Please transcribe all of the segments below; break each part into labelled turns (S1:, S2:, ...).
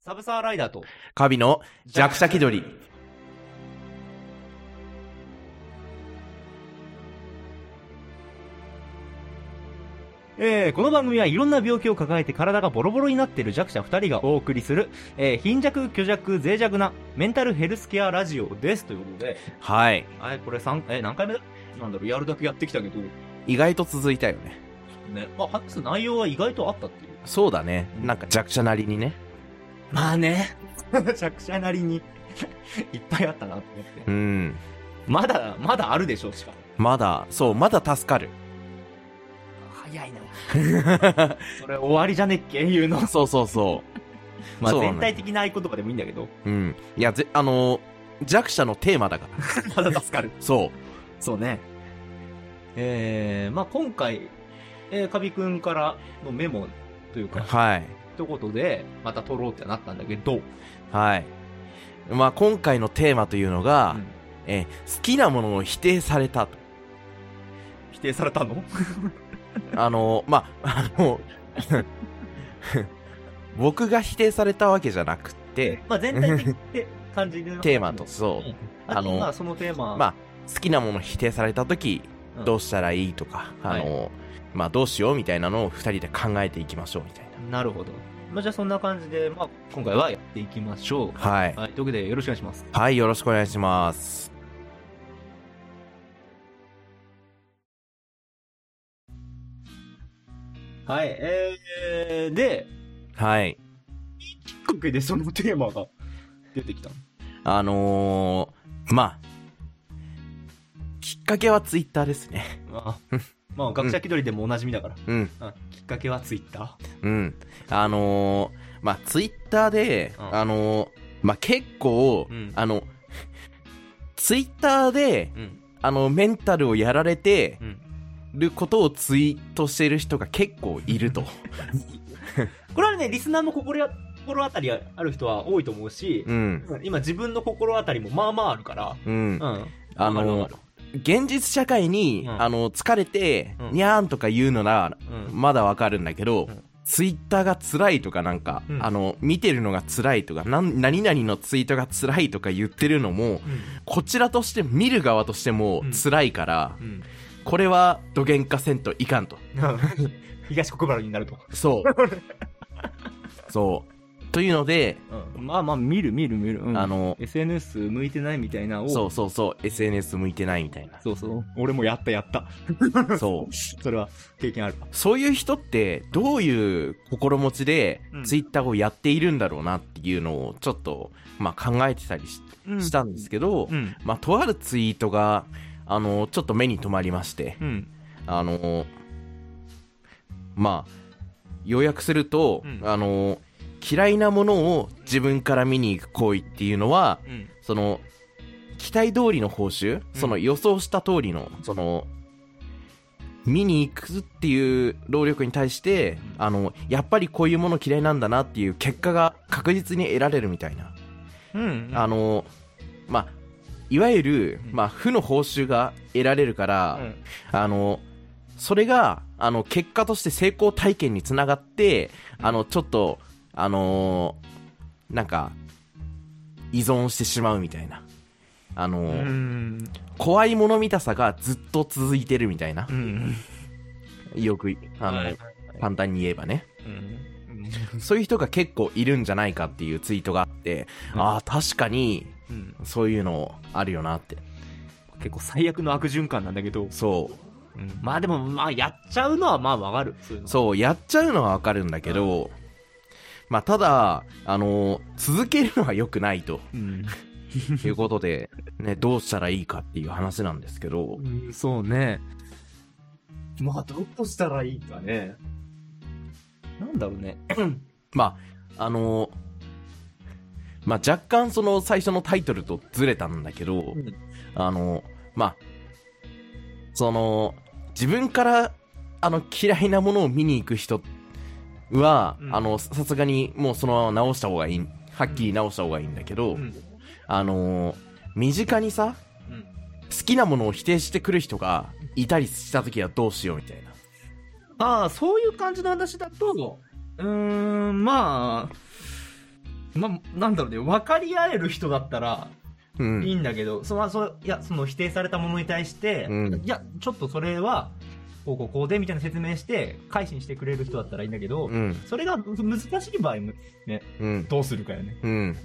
S1: サブサーライダーと
S2: カビの弱者気取り。
S1: えーこの番組はいろんな病気を抱えて体がボロボロになっている弱者2人がお送りする、えー貧弱、虚弱、脆弱なメンタルヘルスケアラジオです。ということで、
S2: はい。
S1: あれ、これ三えー何回目だなんだろう、やるだけやってきたけど、
S2: 意外と続いたよね。
S1: ね、まあ、話す内容は意外とあったっていう。
S2: そうだね。なんか弱者なりにね。
S1: まあね、 弱者なりに、 いっぱいあったなと思って。
S2: うん。
S1: まだ、まだあるでしょう、しかも。
S2: まだ、そう、まだ助かる。
S1: 早いな。 それ終わりじゃねっけ言うの。
S2: そうそうそ
S1: まあ、
S2: そうなの
S1: 全体的な合言葉でもいいんだけど、
S2: う。うん。いや、ぜ、あのー弱者のテーマだから。
S1: まだ助かる。
S2: そう。
S1: そうね。えー、まあ今回、えー、カビくんからのメモと いうか、
S2: はい。
S1: 一言で、また取ろうってなったんだけど、
S2: はい。まあ、今回のテーマというのが、
S1: うん
S2: えー好きなものを否定されたと。
S1: 否定されたの
S2: あのーまあ、あ の僕が否定されたわけじゃなくて、
S1: まあ全体的って感じで。
S2: テーマと、。そう。
S1: あ
S2: あの
S1: の、まあそのテーマ、
S2: まあ、好きなもの否定された時
S1: うん
S2: どうしたらいいとか、あの、まあ、どうしようみたいなのを二人で考えていきましょうみたいな。
S1: なるほど。まあじゃあそんな感じで、まあ今回はやっていきましょう。
S2: はい。
S1: はい、というわけでよろしくお願いします。
S2: はい、よろしくお願いします。
S1: はい、えー、で、
S2: はい。
S1: きっかけでそのテーマが出てきた。
S2: あのー、まあ、きっかけはツイッターですね。
S1: あまあ学者気取りでもおなじみだから。
S2: うん、
S1: うんきっかけはツイッタ
S2: うん。あのー、まあ、ツイッターで、
S1: うん
S2: あのー、まあ、結構、
S1: うん
S2: あの、ツイッターで
S1: ー、うん。
S2: あの、メンタルをやられて、
S1: うん。
S2: ることをツイートしてる人が結構いると。
S1: これはね、リスナーも心や心当たりある人は多いと思うし、
S2: うん。
S1: うん今自分の心当たりもまあまああるから、
S2: うん。
S1: うん。
S2: あ
S1: わかるわ
S2: の
S1: か、
S2: 現実社会に、
S1: うん
S2: あの、疲れて、
S1: うん
S2: にゃーんとか言うのなら、
S1: るうん。
S2: まだわかるんだけど、
S1: うん
S2: ツイッターが辛いとかなんか、
S1: うん
S2: あの、見てるのが辛いとか、なん何々のツイートが辛いとか言ってるのも、こちらとして、見る側としても
S1: うん
S2: 辛いから、
S1: うん。
S2: これは、どげんかせんといかんと。
S1: 東国原になると。
S2: そう。そう。というので、
S1: うん。まあまあ、見る見る見る。うん
S2: あ、の、
S1: SNS 向いてないみたいなを、
S2: そうそうそう、SNS 向いてないみたいな。
S1: そうそう。俺もやったやった。
S2: そう。
S1: それは経験あるわ。
S2: そういう人って、どういう心持ちで
S1: うん、
S2: ツイッターをやっているんだろうなっていうのを、ちょっと、まあ考えてたりししたんです
S1: け
S2: けど、
S1: うん。
S2: まあ、とあるツイートが、あの、ちょっと目に留まりまして、
S1: うん。
S2: あの、まあ、要約すると、
S1: うん
S2: あの、嫌いなものを自分から見に行く行為っていうのは、
S1: うん。
S2: その、期待通りの報酬、
S1: うん
S2: その予想した通りの、その、見に行くっていう労力に対して、
S1: うん
S2: あの、やっぱりこういうもの嫌いなんだなっていう結果が確実に得られるみたいな。
S1: うん
S2: あ、の、まあ、いわゆる、
S1: うん
S2: まあ、負の報酬が得られるから、
S1: うん
S2: あの、それが、あの、結果として成功体験につながって、あの、ちょっと、あのーなんか、依存してしまうみたいな。あの
S1: う
S2: ー
S1: ん。
S2: 怖いもの見たさがずっと続いてるみたいな
S1: う。ん。
S2: よく、あの、
S1: はい
S2: 簡単に言えばね。
S1: うん。
S2: そういう人が結構いるんじゃないかっていうツイートがあって、
S1: うん
S2: ああ、確かに、
S1: うん。
S2: そういうのあるよなって。
S1: 結構最悪の悪循環なんだけど、
S2: そう。
S1: まあでもまあやっちゃうのはまあわかるそういうの
S2: そう、やっちゃうのはわかるんだけど、まあ、ただ、あの、続けるのは良くな いと
S1: うん、
S2: いうことで、ね、どうしたらいいかっていう話なんですけど、
S1: そうねまあどうしたらいいかねなんだろうね
S2: まあ、あの、まあ、若干その最初のタイトルとずれたんだけど、
S1: ん
S2: あの、まあ、その、自分から、あの、嫌いなものを見に行く人は、
S1: うん
S2: あの、さすがにもうそのまま直した方がいい、はっきり直した方がいいんだけど、
S1: うん
S2: あのー身近にさ、好きなものを否定してくる人がいたりした時はどうしようみたいな。
S1: ああそういう感じの話だとうーんまあま、なんだろうね、分かり合える人だったら
S2: う
S1: いい
S2: ん。
S1: んだけど、そのそいやその否定されたものに対して、
S2: うん
S1: いや、ちょっとそれは、こうこうこうでみたいな説明して、改心してくれる人だったらいいんだけど、
S2: うん。
S1: それが難しい場合も、
S2: うん。
S1: どうするかよね。
S2: うん。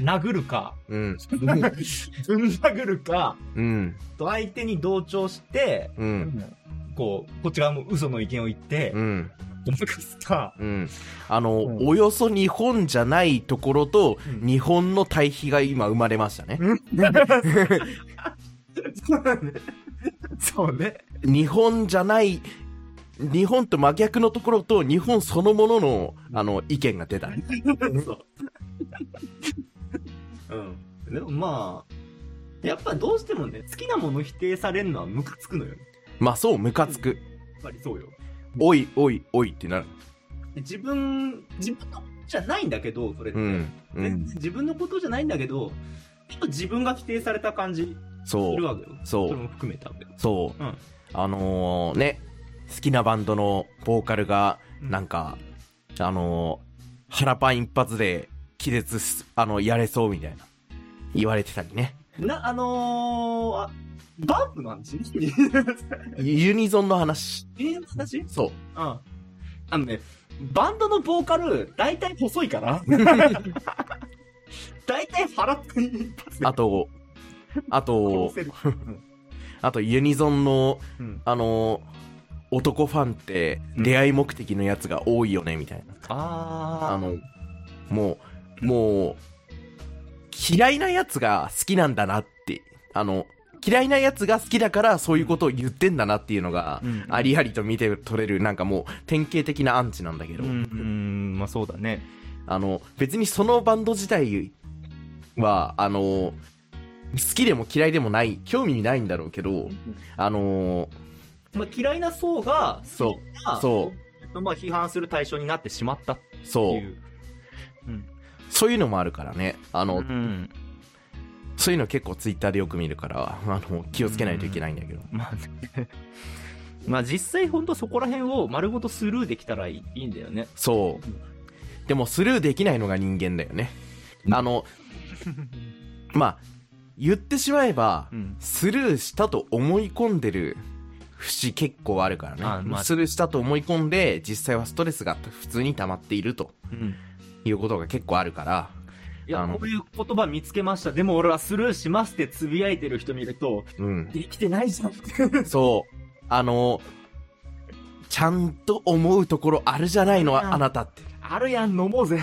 S1: 殴るか、
S2: うん。
S1: ぶん殴るか、
S2: うん。
S1: と相手に同調して、
S2: うん。
S1: こう、こっち側も嘘の意見を言って、
S2: うん。
S1: ごまかすか、
S2: うん。あの、
S1: うん
S2: およそ日本じゃないところと、
S1: うん
S2: 日本の対比が今生まれましたね。
S1: そうだね。そうね。
S2: 日本じゃない、日本と真逆のところと、日本そのものの、あの、意見が出たね。
S1: そう。うん。でもまあ、やっぱどうしてもね、好きなもの否定されるのはムカつくのよ。や
S2: まあそう、ムカつく。
S1: っぱりそうよ。
S2: おい、おい、おいってなる。
S1: で自分、自分のことじゃないんだけど、それって。
S2: うん。うん
S1: 全。然自分のことじゃないんだけど、ちょっと自分が否定された感じ
S2: そ
S1: する
S2: う。
S1: わけよ。
S2: そう
S1: それも含めたわけよ。
S2: そう。
S1: うん
S2: あのーね、好きなバンドのボーカルが、なんか、あのー腹パン一発で気絶す、あの、やれそうみたいな、言われてたりね。
S1: な、あのー、あ、バンプの話
S2: ユニゾンの話。
S1: えー、話うん。
S2: そう。
S1: あのね、バンドのボーカル、大体細い から。大体腹くん一発で
S2: あと、あと
S1: 殺、せる。
S2: あとユニゾンの、
S1: うん
S2: あのー男ファンって出会い目的のやつが多いよね、みたいな。あ
S1: あ
S2: の、もう、もう、嫌いなやつが好きなんだなって、あの、嫌いなやつが好きだからそういうことを言ってんだなっていうのが、
S1: うん
S2: ありありと見て取れる、なんかもう典型的なアンチなんだけ
S1: う
S2: ど、
S1: ん、うん、まあそうだね。
S2: あの、別にそのバンド自体は、あの、好きでも嫌いでもない、興味ないんだろうけど、あの、
S1: まあ嫌いな層が、
S2: そ
S1: が
S2: そ
S1: まあ批判する対象になってしまったって
S2: う、そ、
S1: いうう。うん。
S2: そういうのもあるからね、あの、
S1: うん
S2: そういうの結構ツイッターでよく見るから、あの、気をつけないといけないんだけど。
S1: まあねまあ実際ほんとそこら辺を丸ごとスルーできたらいいいいんだよね。
S2: そう。でもスルーできないのが人間だよね。あの、まあ、言ってしまえば、
S1: うん
S2: スルーしたと思い込んでる節結構あるからね。
S1: あまあ
S2: スルーしたと思い込んで、実際はストレスが普通に溜まっていると
S1: うん。
S2: いうことが結構あるから、
S1: いや
S2: あ、の
S1: こういう言葉見つけました。でも俺はスルーしますってつぶやいてる人見ると、
S2: うん。
S1: できて ないじゃん。
S2: そう。あの、ちゃんと思うところあるじゃないの、あなたって。
S1: あるやん、飲も うぜ。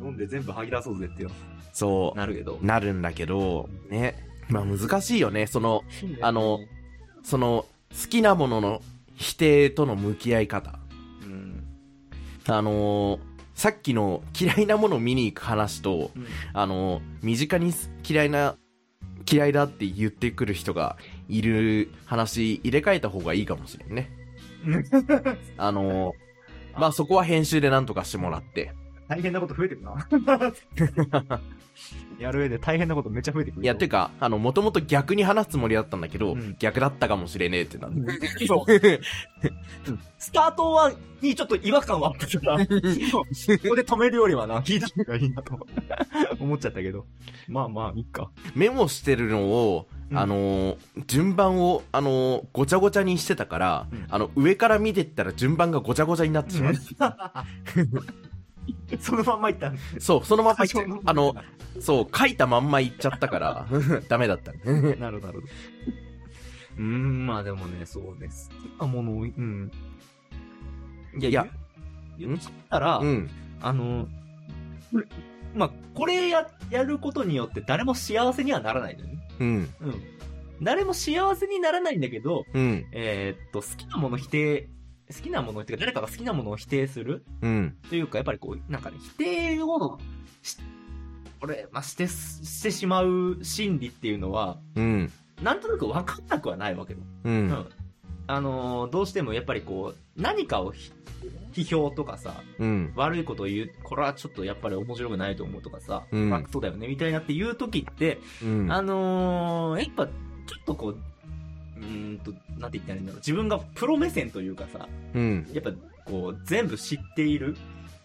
S1: 飲んで全部吐き出そうぜってよ。
S2: そう。
S1: なるけど。
S2: なるんだけど、ね。まあ難しいよね。その、あの、その、好きなものの否定との向き合い方。
S1: うん。
S2: あのーさっきの嫌いなものを見に行く話と、
S1: うん
S2: あのー身近に嫌いな、嫌いだって言ってくる人がいる話、入れ替えた方がいいかもしれんね。あのーまあそこは編集でなんとかしてもらって。
S1: 大変なこと増えてく な。やる上で大変なことめっちゃ増えてくる。
S2: いや、てか、あの、もともと逆に話すつもりだったんだけど、
S1: うん
S2: 逆だったかもしれねえってなる。
S1: そう。スタートは、にちょっと違和感はあったから、ここで止めるよりはな、聞いた方がいいなと思っちゃったけど。まあまあ、いい か。
S2: メモしてるのを、
S1: うん
S2: あのー順番を、あのーごちゃごちゃにしてたから、
S1: うん
S2: あの上から見てったら順番がごちゃごちゃになってしまう、
S1: そのまんまいった。
S2: そうそのまんまいっちゃう
S1: 最初の
S2: あのそう書いたまんまいっちゃったからダメだったね
S1: なるほどなるほど。うーん、まあでもね、そうです。あ、ものを、うん。いや
S2: いや、
S1: 言言ったら、
S2: うん
S1: あの、これまあ、これや、やることによって誰も幸せにはならないのよね。
S2: うん
S1: うん。誰も幸せにならないんだけど、
S2: うん
S1: えーっと、好きなもの否定、好きなものっていうか、誰かが好きなものを否定する
S2: うん
S1: というか、やっぱりこう、なんかね、否定をし、これ、まあ、してす、してしまう心理っていうのは、
S2: うん
S1: なんとなく分かんなくはないわけよ。
S2: う
S1: うんん。あのーどうしてもやっぱりこう、何かをひ批評とかさ、
S2: うん
S1: 悪いことを言う、これはちょっとやっぱり面白くないと思うとかさ、
S2: うん
S1: まあそうだよね、みたいなって言う時って、
S2: うん
S1: あのー、やっぱ、ちょっとこう、うーんと、なんて言ったらいいんだろう。自分がプロ目線というかさ、
S2: うん
S1: やっぱ、こう、全部知っている、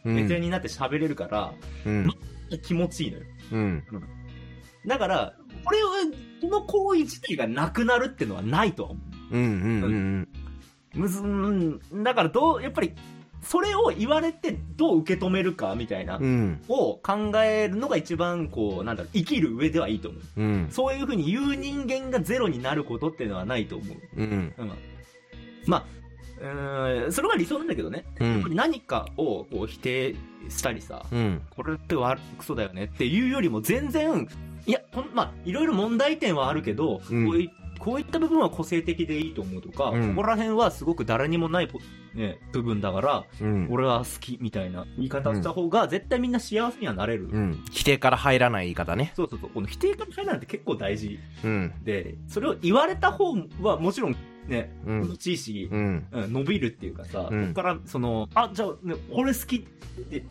S2: う
S1: ベテラン
S2: ん。
S1: になって喋れるから、
S2: うん。
S1: 気持ちいいのよ。
S2: うん。
S1: だから、これを、この行為自体がなくなるってのはないとは思う。
S2: うん。うん。うん。
S1: むず、うんだからどう、やっぱり、それを言われてどう受け止めるかみたいな、
S2: うん。
S1: を考えるのが一番、こう、なんだろう、生きる上ではいいと思う。
S2: うん。
S1: そういうふうに言う人間がゼロになることっていうのはないと思う。
S2: うん。
S1: うん。まあ、うーん、それが理想なんだけどね。
S2: う
S1: やっぱり
S2: ん。
S1: 何かをこう否定したりさ、
S2: うん。
S1: これって悪クソだよねっていうよりも全然、いや、こんまあ、いろいろ問題点はあるけど、
S2: うん
S1: こういこういった部分は個性的でいいと思うとか、
S2: うん
S1: ここら辺はすごく誰にもないポ、ね、部分だから、
S2: うん。
S1: 俺は好きみたいな言い方した方が、絶対みんな幸せにはなれる。
S2: うん。否定から入らない言い方ね。
S1: そうそうそう。この否定から入るなんて結構大事
S2: うん。
S1: で、それを言われた方はもちろんね、
S2: う
S1: 気
S2: ん
S1: 持。ちいいし、
S2: うん。
S1: うん伸びるっていうかさ、
S2: うん
S1: そこからそのあじゃあ、ね、これ好きって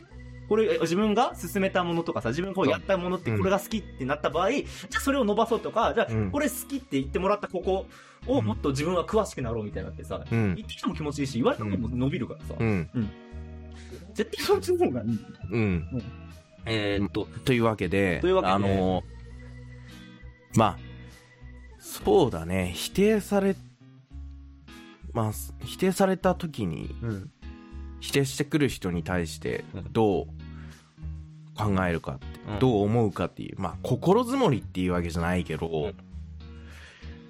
S1: これえ自分が進めたものとかさ自分がこうやったものって
S2: うん
S1: これが好きってなった場合、じゃあそれを伸ばそうとかじゃあ、
S2: うん
S1: これ好きって言ってもらったここをもっと自分は詳しくなろうみたいなってさ、
S2: うん。
S1: 言ってきても気持ちいいし言われても伸びるからさ、
S2: うん。
S1: 絶対そっちの方がいい
S2: うん。
S1: えーっと
S2: というわけで、
S1: というわけで
S2: あのーまあ、そうだね、否定され、まあ、す否定された時に、
S1: うん
S2: 否定してくる人に対して
S1: うん、
S2: どう考えるかって、
S1: うん
S2: どう思うかっていう、まあ、心づもりっていうわけじゃないけど、
S1: うん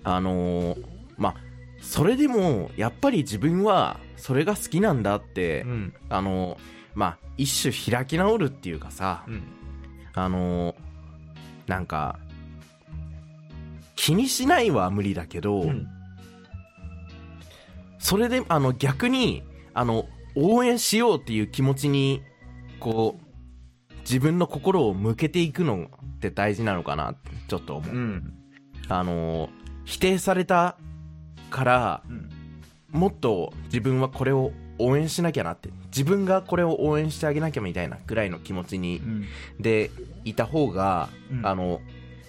S2: あのーまあ、それでも、やっぱり自分は、それが好きなんだって、
S1: うん
S2: あのーまあ、一種開き直るっていうかさ、あのーなんか、気にしないは無理だけど、
S1: うん
S2: それで、あの、逆に、あの、応援しようっていう気持ちに、こう、自分の心を向けていくのって大事なのかなって、ちょっと思う。
S1: うん
S2: あのー否定されたから、
S1: うん
S2: もっと自分はこれを応援しなきゃなって、自分がこれを応援してあげなきゃみたいなくらいの気持ちに、で、いた方が、
S1: うん
S2: あの、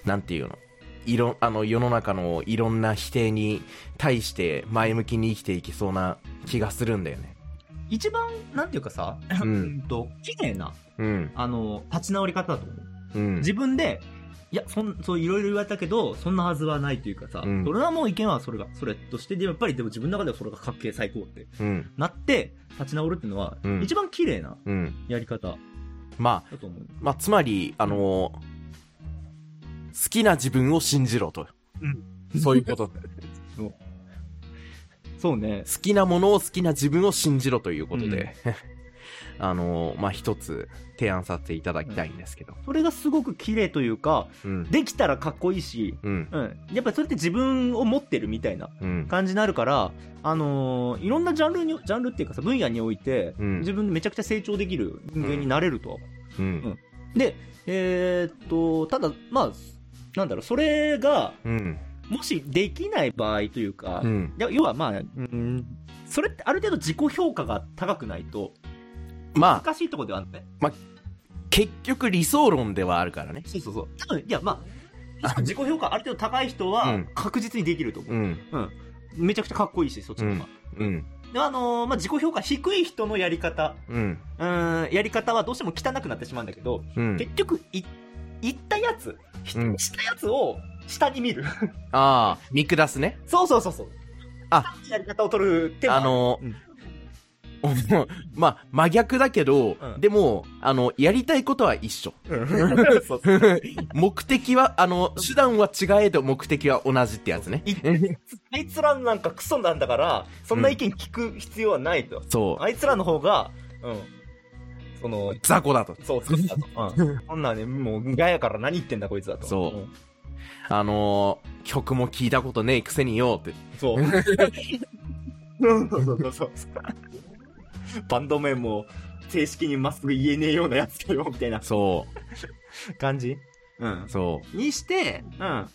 S2: なんていうのいろ、あの、世の中のいろんな否定に対して前向きに生きていけそうな気がするんだよね。
S1: 一番なんていうかさ、
S2: うん
S1: と綺麗な
S2: うん。
S1: あの立ち直り方だと思う
S2: うん。
S1: 自分で、いや、そん、そういろいろ言われたけど、そんなはずはないというかさ、
S2: うん
S1: それはもう意見はそれが、それとして、で、やっぱりでも自分の中ではそれがかっけえ最高って
S2: うん。
S1: なって、立ち直るっていうのは、
S2: うん
S1: 一番綺麗な
S2: うん。
S1: やり方
S2: まあ、
S1: だと思う。
S2: まあ、つまり、あの好きな自分を信じろと。そういうこと。 好
S1: そうね。
S2: きなものを好きな自分を信じろということで、 あのまあ、一つ提案させていただきたいんですけど。
S1: それがすごく綺麗というか、
S2: うん。
S1: できたらかっこいいし、
S2: うん。
S1: うん。やっぱりそれって自分を持ってるみたいな
S2: うん。
S1: 感じになるから、あのーいろんなジャンルに、ジャンルっていうかさ、分野において、
S2: うん
S1: 自分でめちゃくちゃ成長できる人間になれるとは思う
S2: うん。
S1: で、えーっと、ただ、まあ、なんだろう、それが、
S2: うん。
S1: もしできない場合というか、
S2: うん。
S1: いや要はまあ、うん、それってある程度自己評価が高くないと、
S2: まあ、
S1: 難しいところではあるね。
S2: 結局理想論ではあるからね。
S1: そうそうそう。多分、いや、まあ、自己評価ある程度高い人
S2: う
S1: は
S2: ん
S1: 確実にできると思う。
S2: ん。
S1: めちゃくちゃかっこいいし、そっちの方が。
S2: うん。
S1: で、あのーまあ、自己評価低い人のやり方、
S2: うん。
S1: うん、やり方はどうしても汚くなってしまうんだけど、
S2: うん。
S1: 結局、い、言ったやつ、し
S2: うん
S1: したやつを下に見る。
S2: ああ、見下すね。
S1: そうそうそうそう。
S2: あ、
S1: やり方を取る手
S2: あ、のー、 まあ、真逆だけど、
S1: うん
S2: でも、あの、やりたいことは一緒。
S1: うん、そうそう
S2: 目的は、あの、手段は違えど目的は同じってやつね。
S1: いあいつらなんかクソなんだから、そんな意見聞く必要はないと。
S2: そう。
S1: あいつらの方が、うん。その、
S2: 雑魚だと。
S1: そうそうそう。うん。そんなんね、もう、ガヤから何言ってんだこいつだと。。
S2: そうんあのー、曲も聞いたことねえくせによって。
S1: そう。そうそうそうそう。バンド名も、正式にまっすぐ言えねえようなやつだよ、みたいな
S2: そ
S1: 感じうん
S2: う。。そ
S1: にして、うん。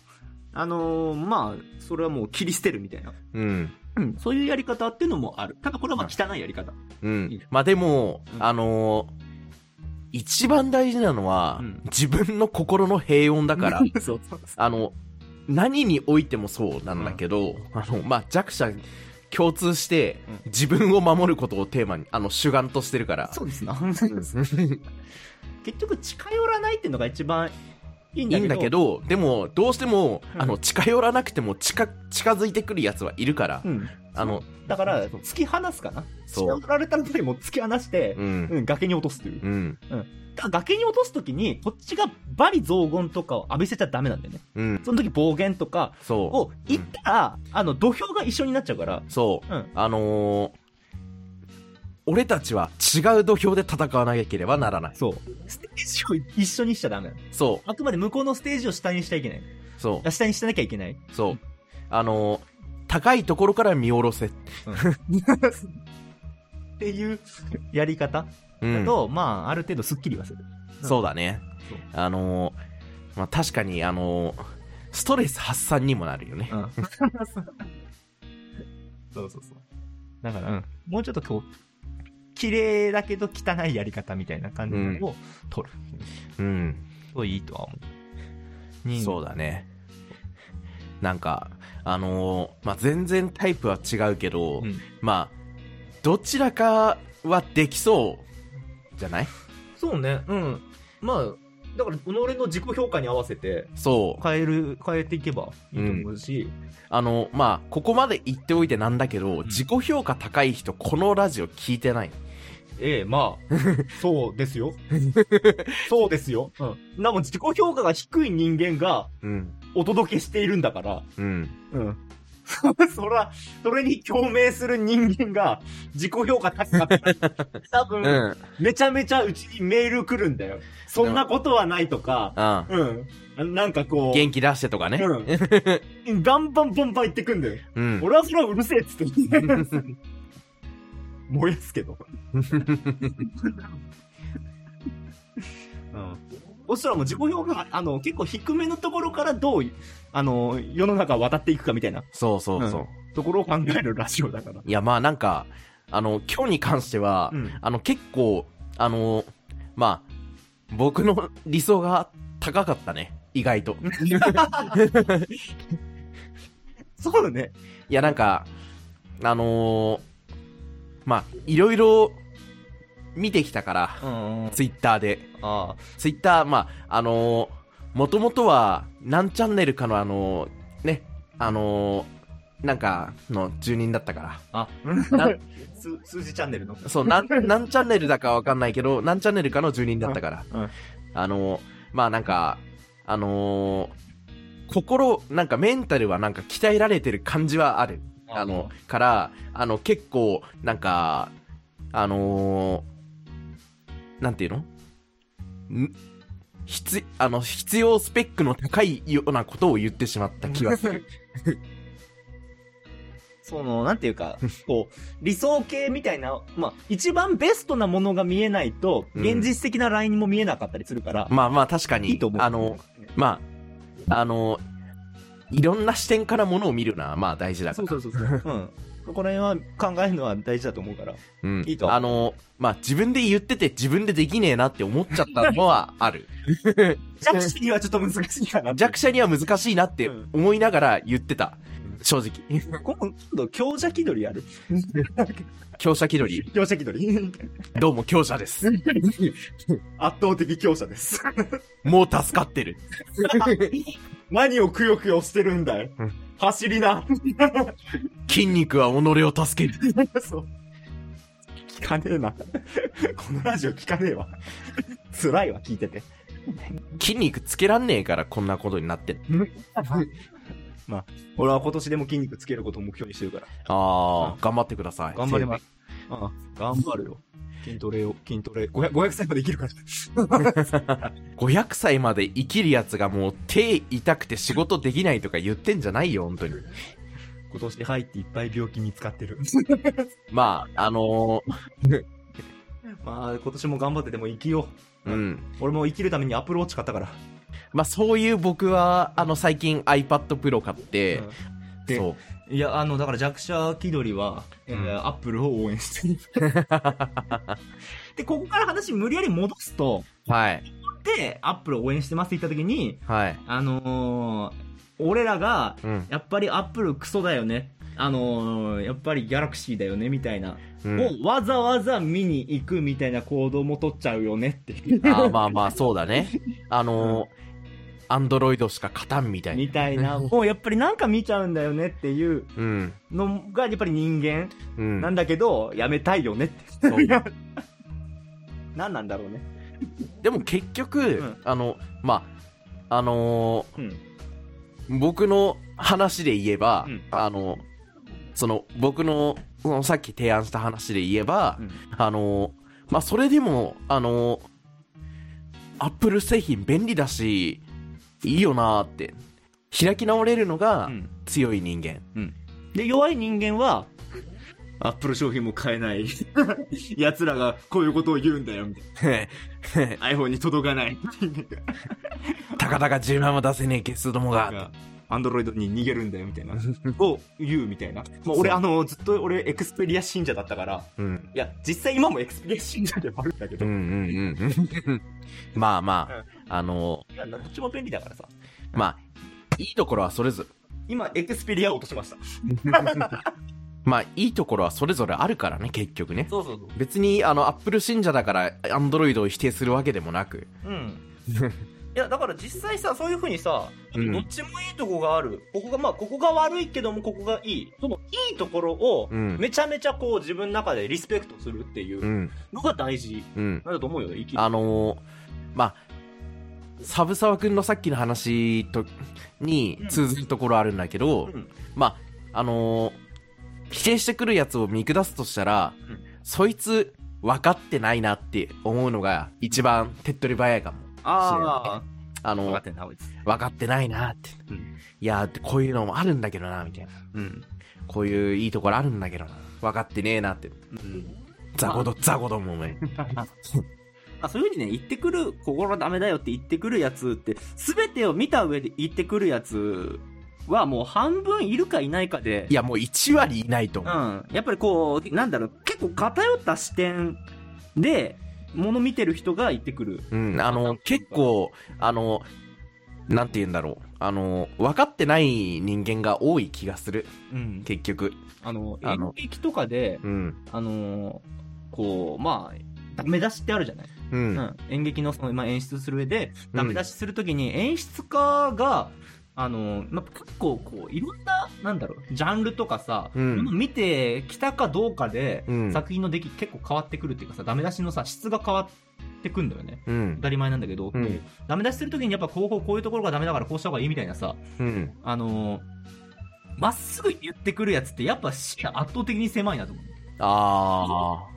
S1: あのーまあ、それはもう切り捨てるみたいな。
S2: う。うん。
S1: うん、そういうやり方っていうのもある。ただこれはまあ汚いやり方。
S2: うん。まあ、でも、
S1: うん
S2: あのー、一番大事なのは、
S1: うん
S2: 自分の心の平穏だから。
S1: そうそうそう。
S2: あの、何においてもそうなんだけど、あの、まあ、弱者共通して
S1: うん、
S2: 自分を守ることをテーマに、あの、主眼としてるから。
S1: そうですな。
S2: うん
S1: 結局近寄らないっていうのが一番いいん
S2: い
S1: だ
S2: い
S1: け
S2: ん
S1: ど
S2: だけど、でも、どうしても、
S1: うん
S2: あの、近寄らなくても、近、近づいてくるやつはいるから
S1: う、ん、
S2: あの、
S1: だから突き放すかな近
S2: そう
S1: 寄られた時も突き放して
S2: う、ん、
S1: うん、崖に落とすという
S2: うん、
S1: だから崖に落とす時にこっちがバリ雑言とかを浴びせちゃダメなんだよね
S2: うん、
S1: その時暴言とか
S2: そ
S1: を言ったら、あの土俵が一緒になっちゃうから
S2: う、そう、
S1: うん
S2: あのー俺たちは違う土俵で戦わなければならない。
S1: そうステージを一緒にしちゃダメなの
S2: そ
S1: あくまで向こうのステージを下にしちゃいけない
S2: う、そう。
S1: あ下にしてなきゃいけない
S2: そう。あのー高いところから見下ろせ。
S1: っていうやり方
S2: うん。
S1: と、まあある程度スッキリはする
S2: そうだね
S1: そう。
S2: あのーまあ、確かに、あのーストレス発散にもなるよね。
S1: うんそうそうそう。だから、うんもうちょっとこう、綺麗だけど汚いやり方みたいな感じのを取る。
S2: うん。
S1: といいとは思う。に
S2: そうだね。なんか、あのーまあ、全然タイプは違うけど、
S1: うん
S2: まあ、どちらかはできそう、じゃない
S1: そうね。うん。まあ、だから、己の自己評価に合わせて、
S2: そう。
S1: 変える、変えていけばいいと思うし、
S2: あの、まあ、ここまで言っておいてなんだけど、
S1: ん
S2: 自己評価高い人、このラジオ聞いてない。
S1: ええ、まあ、 そうですよ。そうですよ。うん。なも自己評価が低い人間が
S2: うん。
S1: お届けしているんだから、
S2: うん。
S1: うん。 そら、それに共鳴する人間が自己評価高かった ら。多分、
S2: うん。うん。
S1: めちゃめちゃうちにメール来るんだよ。そんなことはないとか、うん。あなんかこう、
S2: 元気出してとかね。
S1: うん。バンバンバンバン言ってくんだよ。
S2: うん。
S1: 俺はそれはうるせえっつって言って。燃やすけ ど。うん。そしたらもう自己評価が、あの、結構低めのところからどう、あの、世の中を渡っていくかみたいな
S2: そうそうそう。
S1: ところを考えるラジオだから。
S2: いや、まあなんか、あの、今日に関しては、
S1: うん
S2: あの、結構、あの、まあ、僕の理想が高かったね。意外と。
S1: そうだね。
S2: いや、なんか、あのーまあ、いろいろ見てきたから、
S1: うん。
S2: ツイッターで。
S1: あ
S2: ツイッター、まあ、あのー、もともとは、何チャンネルかのあのーね、あのーなんか、の住人だっ たから。
S1: あ。
S2: な
S1: 数数字チャンネルの。
S2: そう、なん、 何チャンネルだかわかんないけど、何チャンネルかの住人だったから。
S1: うんうん
S2: あの、まあなんか、あのー心、なんかメンタルはなんか鍛えられてる感じはある。あの、、から、あの、結構、なんか、あのーなんていうのん必、あの、必要スペックの高いようなことを言ってしまった気 がする。
S1: その、なんていう か、こう、理想形みたいな、まあ、一番ベストなものが見えないと、
S2: うん
S1: 現実的なラインも見えなかったりするから、
S2: まあまあ確かに、
S1: いいと思う。
S2: あの、、まあ、あの、いろんな視点からものを見るのは、まあ大事だか
S1: そう
S2: ら。
S1: そうそうそう。うん。そこら辺は考えるのは大事だと思うから。
S2: うん。
S1: いいと
S2: あの、まあ自分で言ってて自分でできねえなって思っちゃったのは ある。
S1: 弱視にはちょっと難しいかな。
S2: 弱者には難しいなって思いながら言ってた
S1: う。
S2: 正直。
S1: 今度、強者気取りやる。
S2: 強者気取り。
S1: 強者気取り。
S2: どうも強者です。
S1: 圧倒的強者 です。
S2: もう助かってる。
S1: 何をくよくよしてるんだよ
S2: うん。
S1: 走りな。
S2: 筋肉は己を助ける。
S1: そう。聞かねえな。 このラジオ聞かねえわ。 辛いわ、聞いて て。
S2: 筋肉つけらんねえからこんなことになってん
S1: まあ、俺は今年でも筋肉つけることを目標にしてるから。
S2: ああ、頑張ってください。
S1: 頑張ります。ああ頑張るよ。筋トレを、筋トレ。500, 500歳まで生きるから。
S2: 500歳まで生きるやつがもう手痛くて仕事できないとか言ってんじゃないよ、本当に。
S1: 今年に入っていっぱい病気見つかっ てる。
S2: まあ、あの
S1: まあ、今年も頑張ってでも生きよ
S2: ー、うん。
S1: う。俺も生きるためにアップルウォッチ買ったから。
S2: まあそういう僕は、あの最近 iPad Pro 買って、
S1: うんで
S2: そう。
S1: いや、あの、だから弱者気取りは、え
S2: うん
S1: ーアップルを応援している。 で、ここから話無理やり戻すと、
S2: はい。
S1: で、アップルを応援してますって言った時に、
S2: はい。
S1: あのー、俺らが、
S2: うん。
S1: やっぱりアップルクソだよねあのーやっぱりギャラクシーだよねみたいな、
S2: うん
S1: もうわざわざ見に行くみたいな行動も取っちゃうよねって いう
S2: あーまあまあ、そうだね。あのーアンドロイドしか勝たんみたいな。
S1: みたいな、もうやっぱりなんか見ちゃうんだよねっていう
S2: うん。
S1: のがやっぱり人間
S2: うん。
S1: なんだけど、やめたいよねって。
S2: そう
S1: 何なんだろうね。
S2: でも結局、
S1: ん
S2: あの、まあ、あの
S1: うん。
S2: ー僕の話で言えば、
S1: うん
S2: あの、その、僕の、そのさっき提案した話で言えば、あのーまあ、それでも、あのーアップル製品便利だし、いいよなーって。開き直れるのが
S1: うん
S2: 強い人間。
S1: で、弱い人間は、アップル商品も買えない。 奴らがこういうことを言うんだよ、みたいな。iPhone に届かない。
S2: たかたか10万も出せねえゲスどもが。
S1: が、アンドロイドに逃げるんだよ、みた いな。を言う、みたいな。まあ、俺、
S2: そう
S1: あの、ずっと俺、エクスペリア信者だったから、
S2: うん。
S1: いや、実際今もエクスペリア信者ではあるんだけ
S2: う
S1: ど、
S2: んう
S1: い
S2: んうん。 まあまあ、あの
S1: や、どっちも便利だからさ。
S2: ーまあ、いいところはそれぞれ、
S1: 今、エクスペリアを落としました。
S2: まあ、いいところはそれぞれあるからね、結局ね。
S1: そうそうそ
S2: 別に、あの、アップル信者だから、アンドロイドを否定するわけでもなく。
S1: うん。いや、だから実際さ、そういう風にさ、
S2: うん
S1: どっちもいいとこがある。ここが、まあ、ここが悪いけども、ここがいい。その、いいところを、
S2: うん。
S1: めちゃめちゃこう、自分の中でリスペクトするっていううんのが大事
S2: うん。
S1: なんだと思うよ、生きる。
S2: あのーまあ、サブサワ君のさっきの話と、に
S1: うん
S2: 通ずるところあるんだけど、
S1: うん
S2: まあ、あのー否定してくるやつを見下すとしたら、
S1: うん
S2: そいつ、分かってないなって思うのが一番手っ取り早いかも。
S1: ああ、分か
S2: あの
S1: っ、てんな、こいつ。
S2: 分かってないなって。
S1: うん
S2: いやー、こういうのもあるんだけどな、みたいな。
S1: うん。
S2: こういういいところあるんだけどな。分かってねえなって。
S1: うん。
S2: ザコど、ザコどもお前。
S1: あ、そういう風にね、言ってくる、ここがダメだよって言ってくるやつって、すべてを見た上で言ってくるやつは、もう半分いるかいないかで、
S2: いや、もう1割いないと思う。
S1: うん。やっぱりこう、なんだろう、結構偏った視点で、もの見てる人が行ってくる。
S2: うん、あの、結構、あの、なんて言うんだろう。あの、分かってない人間が多い気がする。
S1: うん。
S2: 結局。
S1: あの、
S2: あの
S1: 演劇とかで、
S2: うん。
S1: あのーこう、まあ、ダメ出しってあるじゃない、
S2: う
S1: うん、
S2: ん。
S1: 演劇のその、まあ、演出する上で、
S2: うん
S1: ダメ出しするときに演出家が、あのーまあ、結構こう、いろんな、なんだろう、ジャンルとかさ、
S2: うん
S1: もの見てきたかどうかで、
S2: うん
S1: 作品の出来結構変わってくるっていうかさ、ダメ出しのさ、質が変わってくんだよね。
S2: うん
S1: 当。たり前なんだけど、
S2: うん
S1: ダメ出しするときにやっぱこうこうこういうところがダメだからこうした方がいいみたいなさ、
S2: うん。
S1: あのーまっすぐ言ってくるやつってやっぱ視野圧倒的に狭いなと思う。
S2: あ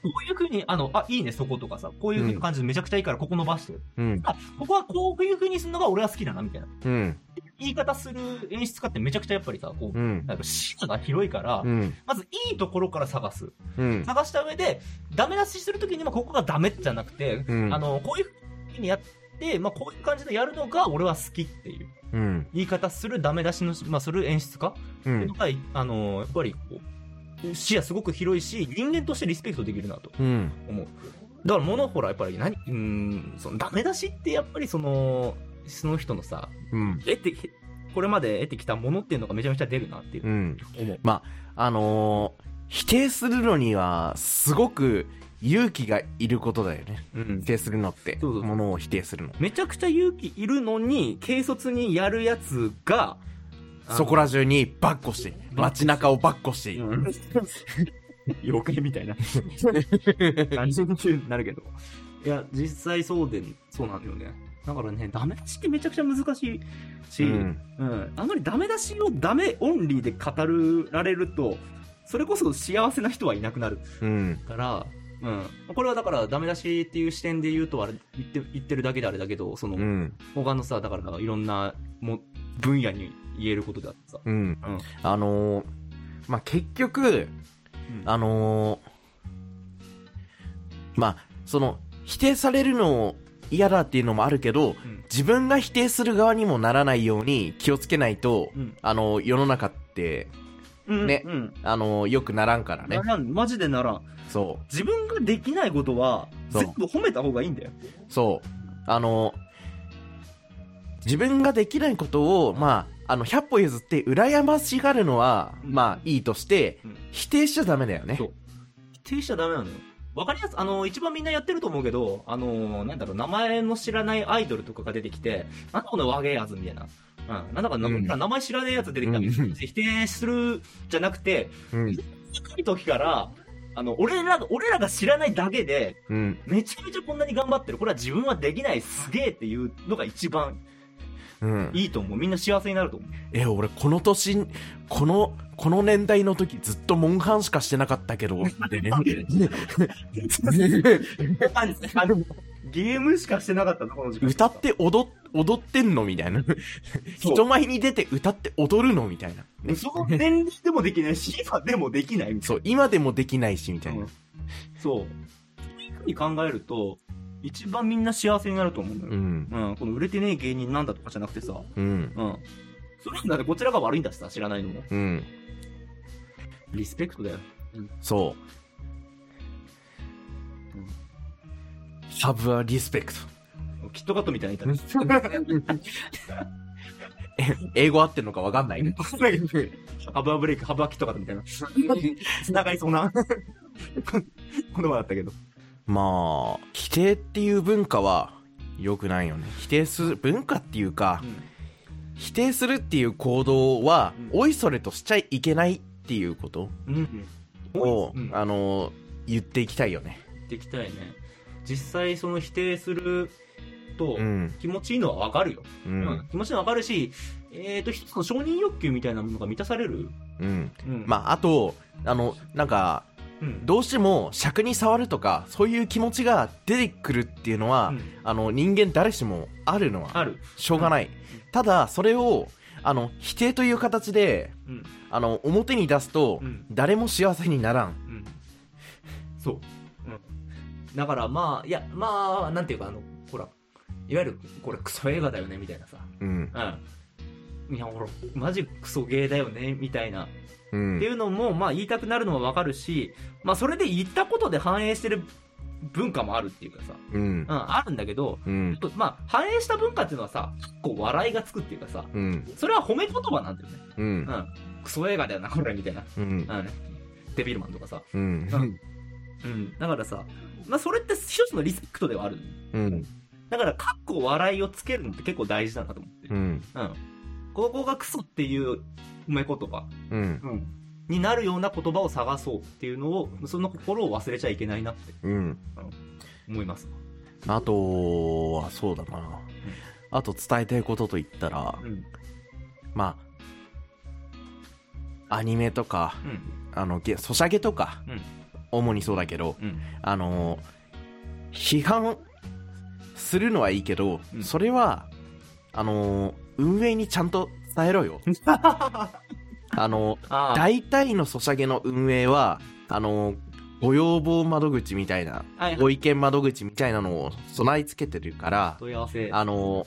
S1: こういうふうに、あの、あ、いいね、そことかさ、こういうふうな感じでめちゃくちゃいいからここ伸ばして、
S2: ー。うん。
S1: あ、ここはこういうふうにするのが俺は好きだな、みたいな。
S2: うん。
S1: 言い方する演出家ってめちゃくちゃやっぱりさ、こう、
S2: うん。
S1: なんか視野が広いから、
S2: うん。
S1: まずいいところから探す。
S2: うん。
S1: 探した上で、ダメ出しするときにもここがダメじゃなくて、
S2: うん
S1: あの、こういうふうにやって、まあ、こういう感じでやるのが俺は好きっていう。
S2: うん。
S1: 言い方するダメ出しのし、まあ、する演出家って
S2: う
S1: いうんの。が、あの、やっぱりこう、視野すごく広いし、人間としてリスペクトできるなと
S2: うん。
S1: 思う。だから、モノホラ、やっぱり何、うん、そのダメ出しってやっぱりその、その人のさ、
S2: うん。
S1: 得て、これまで得てきたものっていうのがめちゃめちゃ出るなっていうう。
S2: ん。
S1: 思う。
S2: あのー、否定するのには、すごく勇気がいることだよね。
S1: うん
S2: 否定するのって。
S1: そうそう
S2: ものを否定するの。
S1: めちゃくちゃ勇気いるのに、軽率にやるやつが、
S2: そこら中に、ばっこして、街中をばっこしている。
S1: うん、 妖怪みたいな感じになるけどいや実際そうでそうなんだよねだからねダメ出しってめちゃくちゃ難しいし、
S2: うん
S1: うんあんまりダメ出しをダメオンリーで語られるとそれこそ幸せな人はいなくなる
S2: うん。
S1: から、うん、これはだからダメ出しっていう視点で言うとあれ言って言ってるだけであれだけどその、
S2: うん。
S1: 他のさだからいろんなも分野に言えることだってさ、
S2: うん。
S1: うん
S2: あのー、まあ、結局、
S1: あ
S2: あのー、まあ、その、否定されるの嫌だっていうのもあるけど、
S1: うん
S2: 自分が否定する側にもならないように気をつけないと、
S1: うん
S2: あのー、世の中って、
S1: うん
S2: ね
S1: うん
S2: あのー、よくならんからね
S1: な。らんマジでならん
S2: そ
S1: 自分ができないことは
S2: そう
S1: 全部褒めた方がいいんだよ
S2: う。そう。あのー、自分ができないことを、まあの、100歩譲って羨ましがるのは、
S1: うん
S2: まあいいとして
S1: うん、
S2: 否定しちゃダメだよね
S1: そ。う。否定しちゃダメなのよ。わかりやす、あの、一番みんなやってると思うけど、あの、なんだろう、名前の知らないアイドルとかが出てきて、なんだこの和芸やつみたいな。うん。なんだか、
S2: うん
S1: 名前知らないやつ出てきた、
S2: うん
S1: 否定するじゃなくて、
S2: うん。
S1: 若い時から、あの、俺ら、俺らが知らないだけで、
S2: うん。
S1: めちゃめちゃこんなに頑張ってる。これは自分はできない、すげえっていうのが一番
S2: うん。
S1: いいと思う。みんな幸せになると思う。
S2: え、俺この年、この、この年代の時ずっとモンハンしかしてなかったけど、で ね
S1: あのゲームしかしてなかったの、この時間。
S2: 歌って踊っ、踊ってんのみた いな。
S1: そう
S2: 人前に出て歌って踊るのみたいな。ね
S1: その年齢でもできないし、今でもできないみたい
S2: そう、今でもできないし、みたいな
S1: な。。そう。そういうふうに考えると、一番みんな幸せになると思うんだ
S2: う
S1: よ。
S2: ん。
S1: うん、この売れてねえ芸人なんだとかじゃなくてさ、
S2: うん。
S1: うん。それなんだね、こちらが悪いんだしさ、知らないのも。
S2: うん。
S1: リスペクトだよ。
S2: そう
S1: うん。
S2: サブはリスペクト。
S1: キットカットみたいな言い方。
S2: え英語合ってんのかわかんない。
S1: ハブアブレイク、ハブアキットカットみ たいな。繋がりそうな。 この前だったけど。
S2: まあ、否定っていう文化は良くないよね。否定する、文化っていうか、否定するっていう行動は、
S1: うん
S2: おいそれとしちゃいけないっていうこと
S1: うん。
S2: を、
S1: うん
S2: あの、言っていきたいよね。
S1: っていきたいね実際その否定すると
S2: うん。
S1: 気持ちいいのはわかるよ、
S2: う
S1: うん
S2: ん。
S1: 気持ちいいのはわかるしえっ、と一つの承認欲求みたいなものが満たされる、
S2: うん。
S1: うん
S2: まあ、あと、あの、なんか、
S1: うん
S2: どうしても尺に触るとか、そういう気持ちが出てくるっていうのは、
S1: うん
S2: あの、人間誰しもあるのは
S1: ある、
S2: しょうがない。ただ、それを、あの、否定という形で、
S1: うん
S2: あの、表に出すと
S1: うん、
S2: 誰も幸せにならん。
S1: うん、そう、うん、だからまあいやまあなんていうかあのほらいわゆるこれクソ映画だよねみたいなさ
S2: うん。
S1: うんいやほらマジクソゲーだよねみたいな
S2: う
S1: ってい
S2: ん。
S1: うのも、まあ言いたくなるのはわかるし、まあそれで言ったことで反映してる文化もあるっていうかさ、
S2: うん
S1: うん、。あるんだけど、
S2: うん。
S1: まあ反映した文化っていうのはさ、結構笑いがつくっていうかさ、
S2: うん。
S1: それは褒め言葉なんだよね。
S2: う。
S1: うんん。クソ映画だよな、これみたいな。
S2: うん。
S1: うん。デビルマンとかさ。
S2: うん。
S1: うん。だからさ、まあそれって一つのリスペクトではある。
S2: うん。
S1: だから、かっこ笑いをつけるのって結構大事だなと思って。
S2: うん。
S1: うん。高校がクソっていう褒め言葉。
S2: うん。
S1: になるような言葉を探そうっていうのを、その心を忘れちゃいけないなって
S2: うん。
S1: 思います。
S2: あとは、そうだな。あと伝えたいことと言ったら
S1: う、ん。
S2: まあ、アニメとか、
S1: うん。
S2: あの、げソシャゲとか
S1: うん、
S2: 主にそうだけど、
S1: うん。
S2: あの批判するのはいいけど、
S1: うん
S2: それは、あの運営にちゃんと伝えろよ。あの
S1: ああ。
S2: 大体のソシャゲの運営は、あのご要望窓口みたい
S1: は
S2: な、
S1: いはい
S2: ご意見窓口みたいなのを備え付けてるから、
S1: 問い合わせ。
S2: あの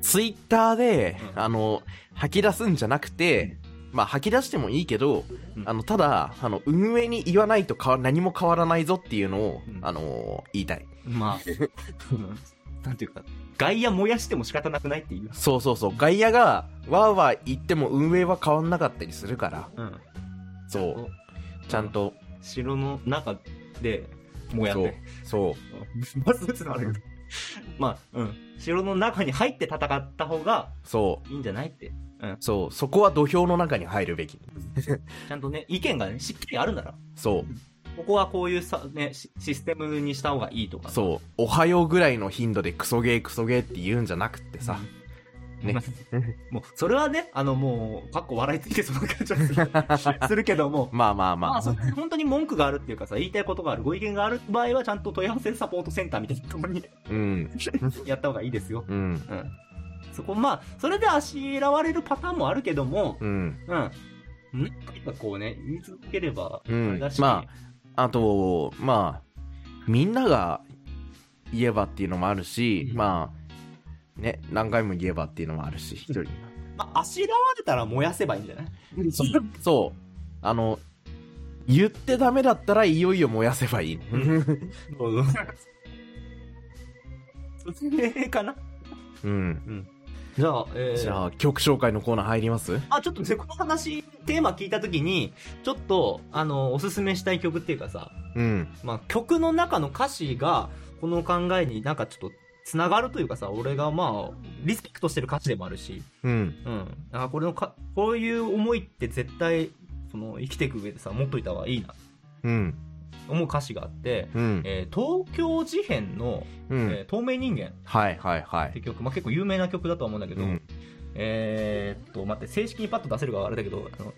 S2: ツイッターで、
S1: うん
S2: あの吐き出すんじゃなくて、まあ吐き出してもいいけど、
S1: うん
S2: あのただあの運営に言わないと変わ何も変わらないぞっていうのを、
S1: うん
S2: あの言いたい
S1: まあ、うんなんていうか、外野燃やしても仕方なくないっていう。
S2: そうそうそう外野がわーわー言っても運営は変わんなかったりするから
S1: うん。
S2: そうちゃんと
S1: 城の中で燃や
S2: そ
S1: っ
S2: う
S1: て。
S2: そ
S1: うんまず打つのはあるけど。まあ、うん。城の中に入って戦った方が
S2: うそう
S1: いいんじゃないって。うん。
S2: そうそこは土俵の中に入るべき
S1: ちゃんとね、意見がね、しっかりあるなら。
S2: そ
S1: ここはこういうさ、ね、シシステムにした方がいいとか
S2: う
S1: さ
S2: そうおはようぐらいの頻度でクソゲークソゲーって言うんじゃなくてさね
S1: もう、それはね、あの、もう、かっこ笑いついてその感じはするするけども、
S2: まあまあ
S1: ま
S2: ま
S1: あ、そ
S2: あ
S1: う本当に文句があるっていうかさ、言いたいことがある、ご意見がある場合は、ちゃんと問い合わせサポートセンターみたいなところに
S2: うん
S1: やった方がいいですよ。
S2: うん
S1: うん。そこ、まあ、それであしらわれるパターンもあるけども、
S2: うん
S1: うん。なんかこうね、言い続ければ、
S2: うん
S1: あれだし
S2: まあとまあみんなが言えばっていうのもあるし、
S1: うん
S2: まあね何回も言えばっていうのもあるし一人
S1: まあ、あしらわれたら燃やせばいいんじゃ ない
S2: そうあの言ってダメだったらいよいよ燃やせばいい、
S1: そうそう。それかな
S2: うん
S1: じゃあ、えー、
S2: じゃあ、曲紹介のコーナー入ります
S1: あ、ちょっとね、この話、テーマ聞いたときに、ちょっと、あの、おすすめしたい曲っていうかさ、
S2: うん。
S1: まあ、曲の中の歌詞が、この考えになんかちょっと、つながるというかさ、俺がまあ、リスペクトしてる歌詞でもあるし、
S2: うん。
S1: うん。あ、これのか、こういう思いって絶対、その、生きていく上でさ、持っといた方がいいな、
S2: うん。
S1: 思う歌詞があって、
S2: うん。
S1: えー東京事変の、
S2: うん。
S1: えー透明人間
S2: はいはいは
S1: って
S2: い。
S1: 曲、まあ、結構有名な曲だとは思うんだけど、
S2: うん
S1: えーっと、待って、正式にパッと出せるかはあれだけど、あの、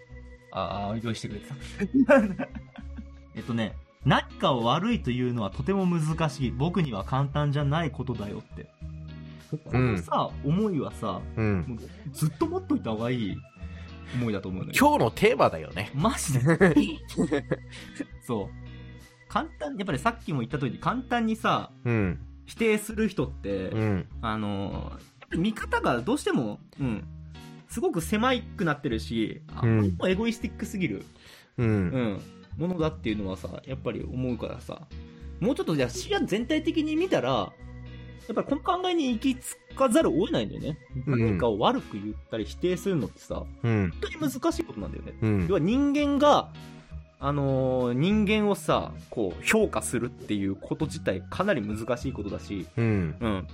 S1: あー用意してくれてた。えっとね、何かを悪いというのはとても難しい。僕には簡単じゃないことだよって。このさ、思いはさ、
S2: うん。
S1: もうずっと持っといた方がいい思いだと思うのよ。
S2: 今日のテーマだよね。
S1: マジでそう。簡単、やっぱりさっきも言った通り、簡単にさ、
S2: うん。
S1: 否定する人って、
S2: うん。
S1: あのー見方がどうしても、うん、すごく狭いくなってるし、あ
S2: うん
S1: ん、もうエゴイスティックすぎる、
S2: う。
S1: うんん、ものだっていうのはさ、やっぱり思うからさ、もうちょっとじゃあ視野全体的に見たら、やっぱりこの考えに行き着かざるを得ないんだよね。
S2: うん
S1: 何かを悪く言ったり否定するのってさ、本
S2: うん。
S1: 当に難しいことなんだよね。
S2: うん
S1: 要。は人間が、あのー人間をさ、こう、評価するっていうこと自体かなり難しいことだし、
S2: うん。
S1: うん。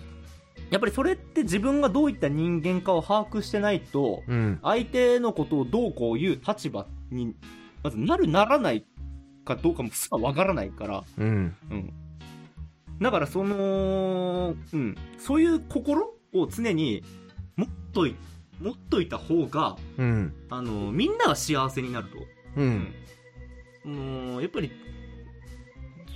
S1: やっぱりそれって自分がどういった人間かを把握してないと、
S2: うん。
S1: 相手のことをどうこういう立場に、まずなるならないかどうかもすらわからないから、
S2: うん。
S1: うん。だからその、うん、そういう心を常に持っとい、持っといた方が、
S2: うん。
S1: あの、みんなが幸せになると。
S2: うん。
S1: もう、やっぱり、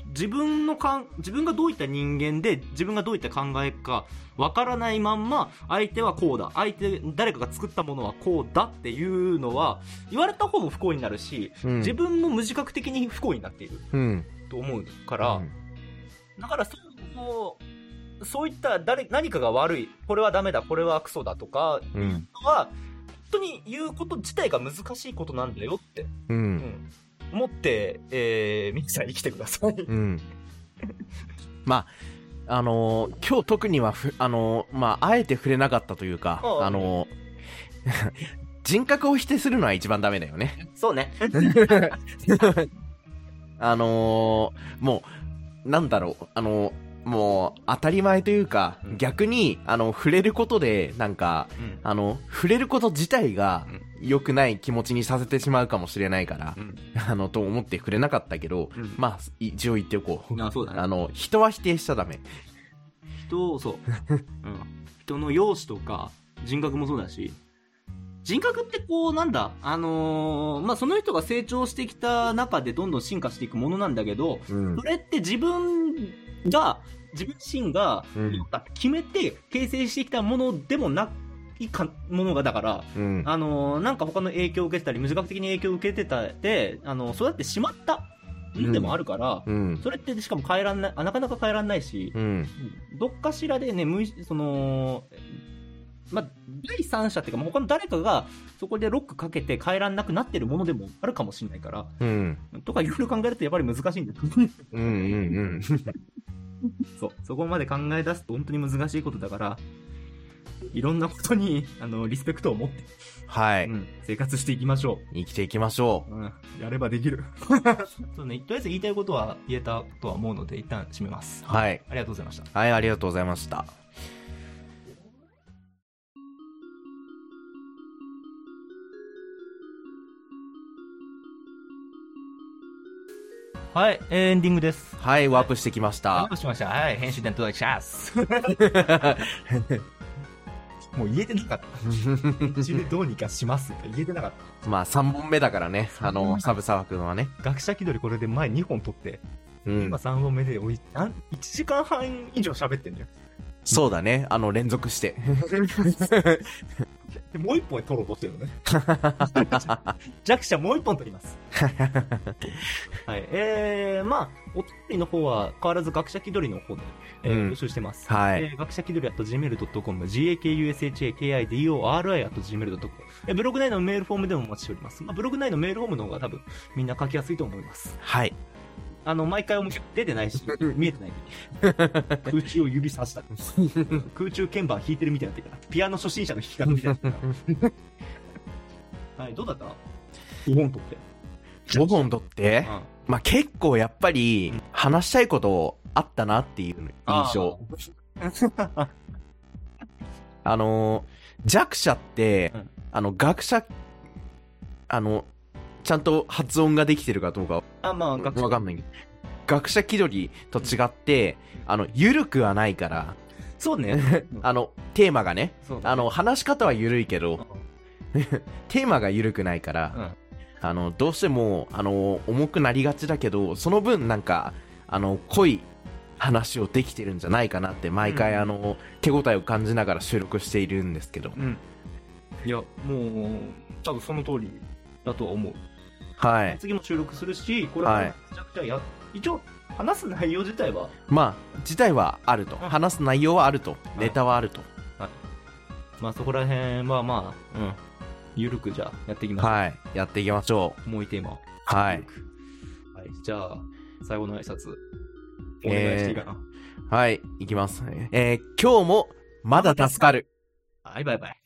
S1: 自分のかん、自分がどういった人間で、自分がどういった考えか、わからないまんま、相手はこうだ、相手、誰かが作ったものはこうだっていうのは、言われた方も不幸になるし、
S2: うん。
S1: 自分も無自覚的に不幸になっている
S2: うん。
S1: と思うから、だからそこをそういった誰、何かが悪い、これはダメだ、これはクソだとか、
S2: うん。
S1: は、本当に言うこと自体が難しいことなんだよってう
S2: う。
S1: んん思って、えー、皆さん生きてください。
S2: うん。まあ、あのー今日特にはふ、あのーまあ、あえて触れなかったというか、
S1: ああ
S2: あのー人格を否定するのは一番ダメだよね。
S1: そうね。
S2: あのーもう、なんだろう、あのーもう、当たり前というか、
S1: うん
S2: 逆に、あの、触れることで、なんか、あの、触れること自体が良くない気持ちにさせてしまうかもしれないから、あの、と思って触れなかったけど、
S1: うん
S2: まあ、一応言っておこう。
S1: あ、そうだ
S2: あ
S1: ね。
S2: の、人は否定しちゃダメ。
S1: 人を、 そう。うん、人の容姿とか、人格もそうだし、人格ってこう、なんだ、あのーまあ、その人が成長してきた中でどんどん進化していくものなんだけど、
S2: うん
S1: そ。れって自分が、自分自身が、
S2: うん
S1: 決めて形成してきたものでもないか、ものが、だから、
S2: うん。
S1: あのーなんか他の影響を受けてたり、無自覚的に影響を受けてたで、あのー育ってしまったんでもあるから、
S2: うん。
S1: それってしかも変えらんない、あなかなか変えらんないし、
S2: うん。
S1: どっかしらでね、無意その、まあ、第三者っていうか、まあ他の誰かがそこでロックかけて変えらんなくなってるものでもあるかもしれないから、
S2: うん。
S1: とかいろいろ考えるとやっぱり難しいんだよ。
S2: うん。うん。
S1: そう、そこまで考え出すと本当に難しいことだから、いろんなことに、あの、リスペクトを持って、
S2: はい。
S1: うん生活していきましょう。
S2: 生きていきましょ
S1: うん、やればできる。 そうね、とりあえず言いたいことは言えたとは思うので、一旦締めます。
S2: う。はい。
S1: ありがとうございました。
S2: はい、ありがとうございました。
S1: はい、エンディングです。
S2: はい、ワープしてきまし
S1: あ
S2: た。
S1: しました。はい、編集点届きします。もう言えてなかった。編集でどうにかしますって言えてなかっ
S2: まあ、3本目だからね。あの、サブサワ君はね。
S1: た。学者気取りこれで前2本取って、
S2: うん
S1: 今。3本目でおいなん1時間半以上喋ってんだよ。
S2: そうだね。あの、連続 して。
S1: で、もう1本で取ろうとしてるのね。弱者もう1本取り ます。はい、えー、まあ、お便りの方は変わらず学者気取りの方で、えー
S2: うん
S1: 募集してます。
S2: はい
S1: えー学者気取り .gmail.com、gakushakidori.gmail.com。えーブログ内のメールフォームでもお待ちしております。まあ、ブログ内のメールフォームの方が多分みんな書きやすいと思います。
S2: はい。
S1: あの、毎回面白い。出てないし、見えてない。 空中を指さした。空中鍵盤弾いてるみたいになってるから。ピアノ初心者の弾き方みたいになってるから。はい、どうだった日本とって。
S2: ボボンとって、
S1: うん
S2: まあ、結構やっぱり話したいことあったなっていう印象。
S1: あ
S2: あのー弱者って、
S1: うん
S2: あの、学者、あの、ちゃんと発音ができてるかどうか
S1: あ、まあ、
S2: わ
S1: 学生
S2: かんないけど、学者気取りと違って、あの、ゆるくはないから、
S1: そうね。
S2: あの、テーマがね、
S1: そう
S2: あの、話し方はゆるいけど、テーマがゆるくないから、
S1: うん
S2: あの、どうしても、あの、重くなりがちだけど、その分なんか、あの、濃い話をできてるんじゃないかなって、毎回、
S1: うん
S2: あの、手応えを感じながら収録しているんですけど、
S1: うん。いや、もう、多分その通りだとは思う。
S2: はい。
S1: 次も収録するし、これはめちゃくちゃや、一応、話す内容自体は、
S2: まあ、自体はあると。
S1: うん
S2: 話す内容はあると。
S1: い
S2: ネタはあると。
S1: まあそこら辺はまあ、うん。ゆるくじゃあやっていきましょう。
S2: はい。やっていきましょう。
S1: もういテーマを。
S2: は
S1: ゆ
S2: い
S1: る。くはい。じゃあ、最後の挨拶、お願いしていいかな。
S2: はい。いきます。えー今日も、まだ助かる。
S1: はい、バイバイ。